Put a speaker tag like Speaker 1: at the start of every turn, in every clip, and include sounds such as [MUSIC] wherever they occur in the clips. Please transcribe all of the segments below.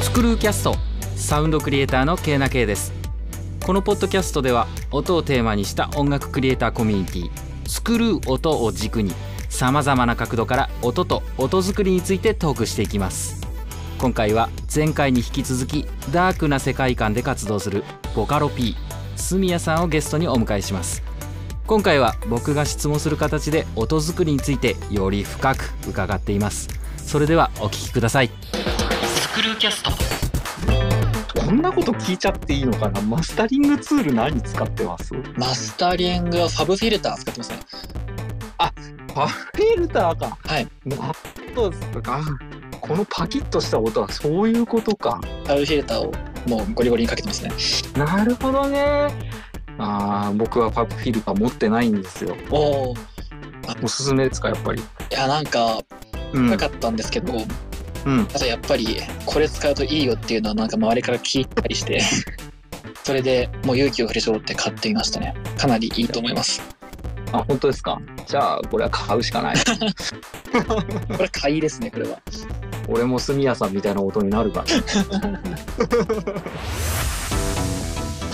Speaker 1: スクルーキャストサウンドクリエイターのけいなけいですこのポッドキャストでは音をテーマにした音楽クリエイターコミュニティスクルー音を軸にさまざまな角度から音と音作りについてトークしていきます今回は前回に引き続きダークな世界観で活動するボカロ P スミヤさんをゲストにお迎えします今回は僕が質問する形で音作りについてより深く伺っていますそれではお聞きくださいスクルーキャスト
Speaker 2: こんなこと聞いちゃっていいのかなマスタリングツール何使ってます
Speaker 3: マスタリングはファブフィルター使ってますね。
Speaker 2: ファフィルターか。
Speaker 3: はい。
Speaker 2: なるほどですか。このパキッとした音はそういうことか。
Speaker 3: ファブフィルターをもうゴリゴリにかけてますね。
Speaker 2: なるほどね。ああ、僕はファブフィルター持ってないんですよ。
Speaker 3: おお。い
Speaker 2: おすすめですか、やっぱり。
Speaker 3: やなんか
Speaker 2: うん。
Speaker 3: なかったんですけど、
Speaker 2: うん、
Speaker 3: あとやっぱりこれ使うといいよっていうのはなんか周りから聞いたりして、 [LAUGHS] それでもう勇気を振り絞って買ってみましたね。かなりいいと思います。
Speaker 2: あ、本当ですか。じゃあ、これは買うしかない。
Speaker 3: これ買いですねこれは。
Speaker 2: 俺も住谷さんみたいな音になる [LAUGHS] から。ち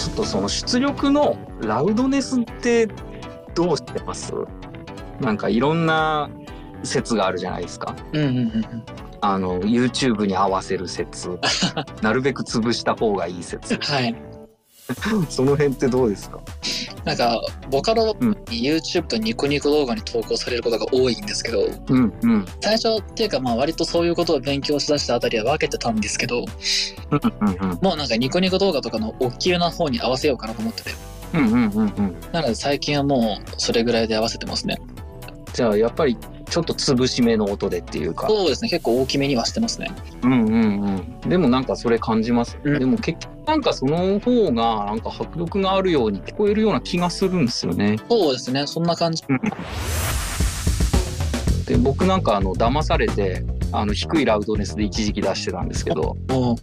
Speaker 2: ょっとその出力のラウドネスってどうしてますなんかいろんな説があるじゃないですか。
Speaker 3: うんうんうんうん。
Speaker 2: あの YouTube に合わせる説 [LAUGHS] なるべく潰した方がいい [LAUGHS] 説
Speaker 3: はい。
Speaker 2: その辺ってどうですか
Speaker 3: なんかボカロ
Speaker 2: うん
Speaker 3: YouTube とニコニコ動画に投稿されることが多いんですけど、
Speaker 2: うんうん
Speaker 3: 最初っていうかまあ割とそういうことを勉強しだしたあたりは分けてたんですけど、
Speaker 2: うんうん
Speaker 3: もうなんかニコニコ動画とかのおっきめな方に合わせようかなと思ってて。
Speaker 2: うんうんうんうん
Speaker 3: なので最近はもうそれぐらいで合わせてますね。
Speaker 2: じゃあやっぱりちょっと潰し目の音でっていうか
Speaker 3: そうですね、結構大きめにはしてますね。
Speaker 2: うんうんうんでもなんかそれ感じます、
Speaker 3: うん
Speaker 2: でも結局なんかその方がなんか迫力があるように聞こえるような気がするんですよね
Speaker 3: そうですね、そんな感じ。
Speaker 2: で僕なんかあの騙されてあの低いラウドネスで一時期出してたんですけど
Speaker 3: もう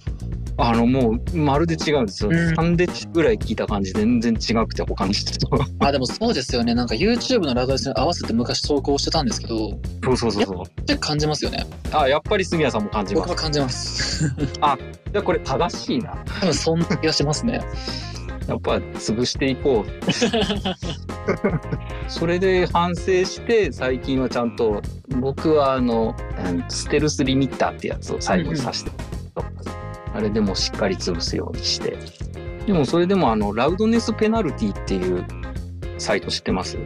Speaker 2: あのもうまるで違うんですよ、
Speaker 3: うん
Speaker 2: 3デシぐらい聞いた感じ全然違くて他の人と
Speaker 3: あ、でもそうですよね、なんか YouTube のラウドレスに合わせて昔投稿してたんですけど、
Speaker 2: [LAUGHS] そうそうそうそう。
Speaker 3: って感じます
Speaker 2: [LAUGHS]
Speaker 3: よね。
Speaker 2: あ、やっぱり杉谷さんも感じま
Speaker 3: 僕
Speaker 2: す
Speaker 3: は。感じます。
Speaker 2: じゃあこれ正しいな。
Speaker 3: 多分そんな気がしますね。
Speaker 2: やっぱ潰していこう。それで反省して最近はちゃんと僕はあの、うんステルスリミッターってやつを最後にさして、あれでもしっかり潰すようにして。でもそれでもあのラウドネスペナルティっていうサイト知ってます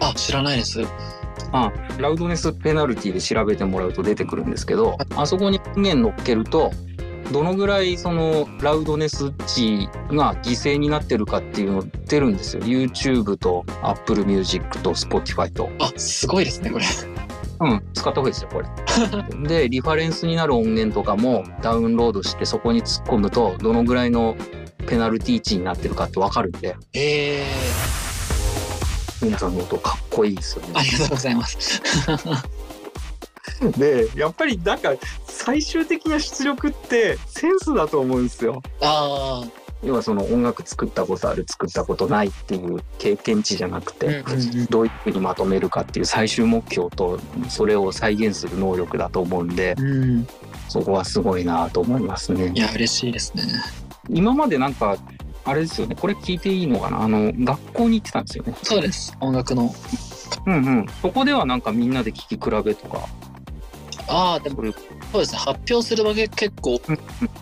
Speaker 3: あ、知らないです。
Speaker 2: ラウドネスペナルティで調べてもらうと出てくるんですけどあそこに音源乗っけるとどのぐらいそのラウドネス値が犠牲になってるかっていうの出るんですよ YouTube と Apple Music と Spotify と、
Speaker 3: あ、すごいですね、これ。
Speaker 2: うん、使った方がいいですよこれでリファレンスになる音源とかもダウンロードしてそこに突っ込むとどのぐらいのペナルティ値になってるかってわかるんで
Speaker 3: ええ
Speaker 2: 皆さんの音かっこいいですよね
Speaker 3: ありがとうございます。
Speaker 2: でやっぱりなんか最終的な出力ってセンスだと思うんですよ
Speaker 3: ああ、
Speaker 2: 要はその音楽作ったことある作ったことないっていう経験値じゃなくて、
Speaker 3: うんうんうん
Speaker 2: どういうふうにまとめるかっていう最終目標とそれを再現する能力だと思うんで
Speaker 3: うん。
Speaker 2: そこはすごいなと思いますね
Speaker 3: いや、嬉しいですね。
Speaker 2: 今までなんかあれですよねこれ聞いていいのかなあの学校に行ってたんですよね
Speaker 3: そうです、音楽の。
Speaker 2: うんうんそこではなんかみんなで聴き比べとか
Speaker 3: ああ、でも
Speaker 2: それ
Speaker 3: そうですね発表する場け結構
Speaker 2: うん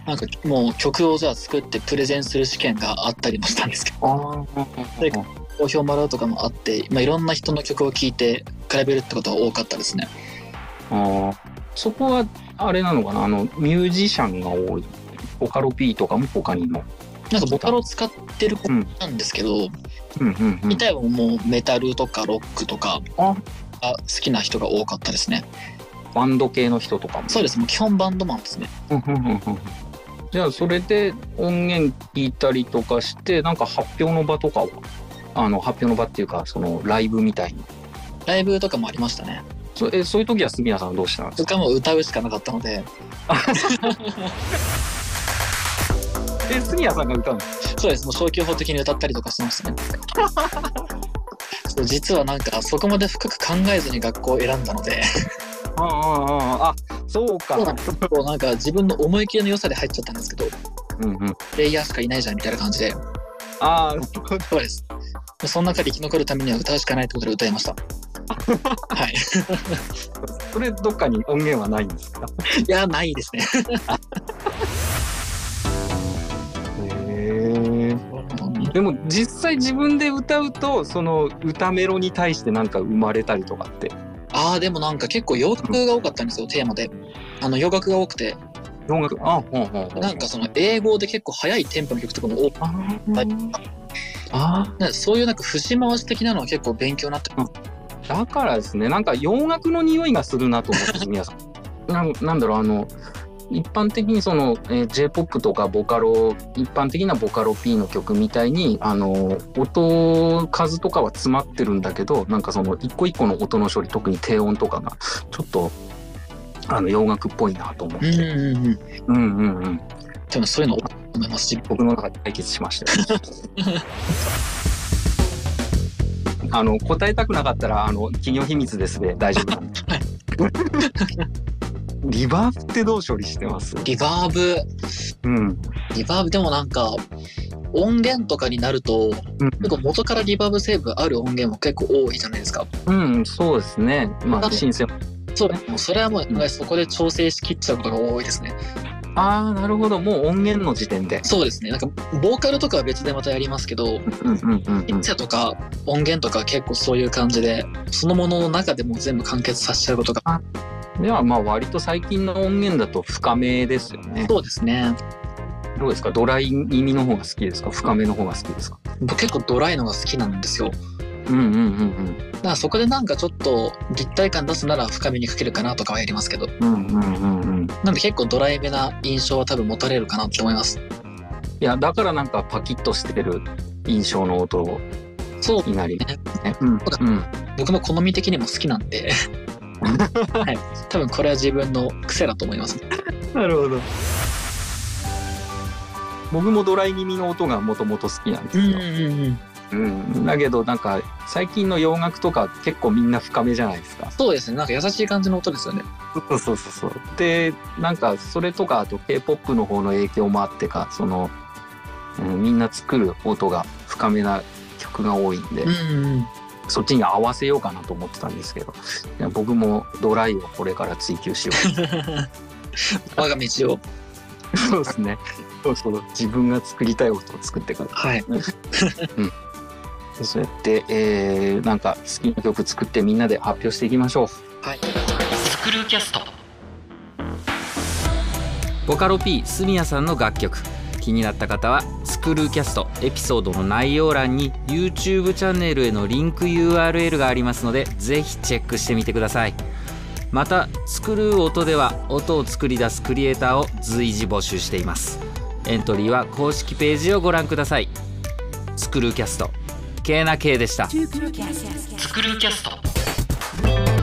Speaker 3: なんかもう曲をじゃあ作ってプレゼンする試験があったりもしたんですけど
Speaker 2: あ
Speaker 3: で好評もらうとかもあって、まあ、いろんな人の曲を聴いて比べるってことが多かったですね
Speaker 2: ああそこはあれなのかなあのミュージシャンが多いボカロ P とかも他にも
Speaker 3: なんかボカロ使ってる子
Speaker 2: うん
Speaker 3: なんですけど
Speaker 2: うんうんうん
Speaker 3: 見たいももうメタルとかロックとか
Speaker 2: あ
Speaker 3: が好きな人が多かったですね
Speaker 2: バンド系の人とかも
Speaker 3: そうですもう基本バンドマンですね
Speaker 2: うんうんうんうんじゃあそれで音源聞いたりとかしてなんか発表の場とかはあの発表の場っていうかそのライブみたいに
Speaker 3: ライブとかもありましたね
Speaker 2: そえそういう時は杉谷さんはどうしてたんです
Speaker 3: そ
Speaker 2: か
Speaker 3: れからもう歌うしかなかったので
Speaker 2: え杉谷さんが歌うの
Speaker 3: そうです、もう消去法的に歌ったりとかしてましたね。 [LAUGHS] そう実はなんかそこまで深く考えずに学校を選んだので
Speaker 2: ああああああそう
Speaker 3: そうな
Speaker 2: か。
Speaker 3: んです結構なんか自分の思い切りの良さで入っちゃったんですけど、
Speaker 2: うんうん。
Speaker 3: プレイヤーしかいないじゃんみたいな感じで、
Speaker 2: ああ、
Speaker 3: そうです。その中で生き残るためには歌うしかないってことで歌いま [LAUGHS] した。はい。
Speaker 2: それどっかに音源はないんですか。
Speaker 3: いや、ないですね。
Speaker 2: へえ。でも実際自分で歌うとその歌メロに対してなんか生まれたりとかって
Speaker 3: ああ、でもなんか結構洋楽が多かったんですよ、テーマで。あの洋楽が多くて、
Speaker 2: 音楽あほうほうほう
Speaker 3: なんかその英語で結構速いテンポの曲とかも多く
Speaker 2: あーあ
Speaker 3: なんかそういうなんか節回し的なのは結構勉強になって
Speaker 2: ーだからですねなんか洋楽の匂いがするなと思って皆さん [LAUGHS] なんなんだろうあの一般的にその、えー J-POP とかボカロ一般的なボカロ P の曲みたいにあの音数とかは詰まってるんだけどなんかその一個一個の音の処理特に低音とかがちょっとあの洋楽っぽいなと思って、
Speaker 3: うんうんうん。
Speaker 2: うんうんうん、
Speaker 3: でもそういうの多いと思いますし、
Speaker 2: 僕の中で解決しましたよ [LAUGHS] あの答えたくなかったらあの企業秘密ですで大丈夫なんで
Speaker 3: はい
Speaker 2: [LAUGHS] リバーブってどう処理してます
Speaker 3: リバーブ、
Speaker 2: うん
Speaker 3: リバーブでもなんか、音源とかになると、
Speaker 2: うん
Speaker 3: 結構元からリバーブ成分ある音源も結構多いじゃないですか。
Speaker 2: うん、そうですね。まあ、
Speaker 3: 私
Speaker 2: 新鮮。
Speaker 3: そうね。もうそれはもう、そこで調整しきっちゃうことが多いですね。
Speaker 2: ああ、なるほど。もう音源の時点で。
Speaker 3: そうですね。なんか、ボーカルとかは別でまたやりますけ
Speaker 2: うん
Speaker 3: ど、
Speaker 2: うんうん
Speaker 3: ピッチャーとか音源とか結構そういう感じで、そのものの中でもう全部完結させちゃうことが。
Speaker 2: うん。では、まあ、割と最近の音源だと深めですよね。
Speaker 3: そうですね。
Speaker 2: どうですかドライ気味の方が好きですか深めの方が好きですか
Speaker 3: 僕結構ドライのが好きなんですよ。
Speaker 2: うんうんうん
Speaker 3: だからそこでなんかちょっと立体感出すなら深めにかけるかなとかはやりますけど、
Speaker 2: うん。うんうんうんうん。
Speaker 3: なんで結構ドライめな印象は多分持たれるかなと思います。
Speaker 2: いやだからなんかパキッとしてる印象の音
Speaker 3: そう
Speaker 2: になり
Speaker 3: ね。
Speaker 2: ね。うんうん、
Speaker 3: 僕も好み的にも好きなんで、はい、多分これは自分の癖だと思います、
Speaker 2: なるほど。僕もドライ気味の音がもともと好きなんですよ、
Speaker 3: ん、
Speaker 2: うん。だけどなんか最近の洋楽とか結構みんな深めじゃないですか。
Speaker 3: そうですねなんか優しい感じの音ですよね
Speaker 2: そうそうそうそう。でなんかそれとかあと K-POP の方の影響もあってかその、うん、みんな作る音が深めな曲が多いんで、
Speaker 3: ん、
Speaker 2: そっちに合わせようかなと思ってたんですけどいや僕もドライをこれから追求しよう
Speaker 3: 我が道を
Speaker 2: そうですね。そうそう。自分が作りたい音を作ってから。
Speaker 3: はい
Speaker 2: そうやって、えー、なんか好きな曲作ってみんなで発表していきましょう。
Speaker 3: はい
Speaker 1: スクルーキャストボカロ P スミヤさんの楽曲気になった方はスクルーキャストエピソードの内容欄に YouTube チャンネルへのリンク URL がありますのでぜひチェックしてみてくださいまたスクルー音では音を作り出すクリエイターを随時募集していますエントリーは公式ページをご覧くださいスクルーキャスト K な K でした
Speaker 4: Tukulcast.
Speaker 1: スクルーキャスト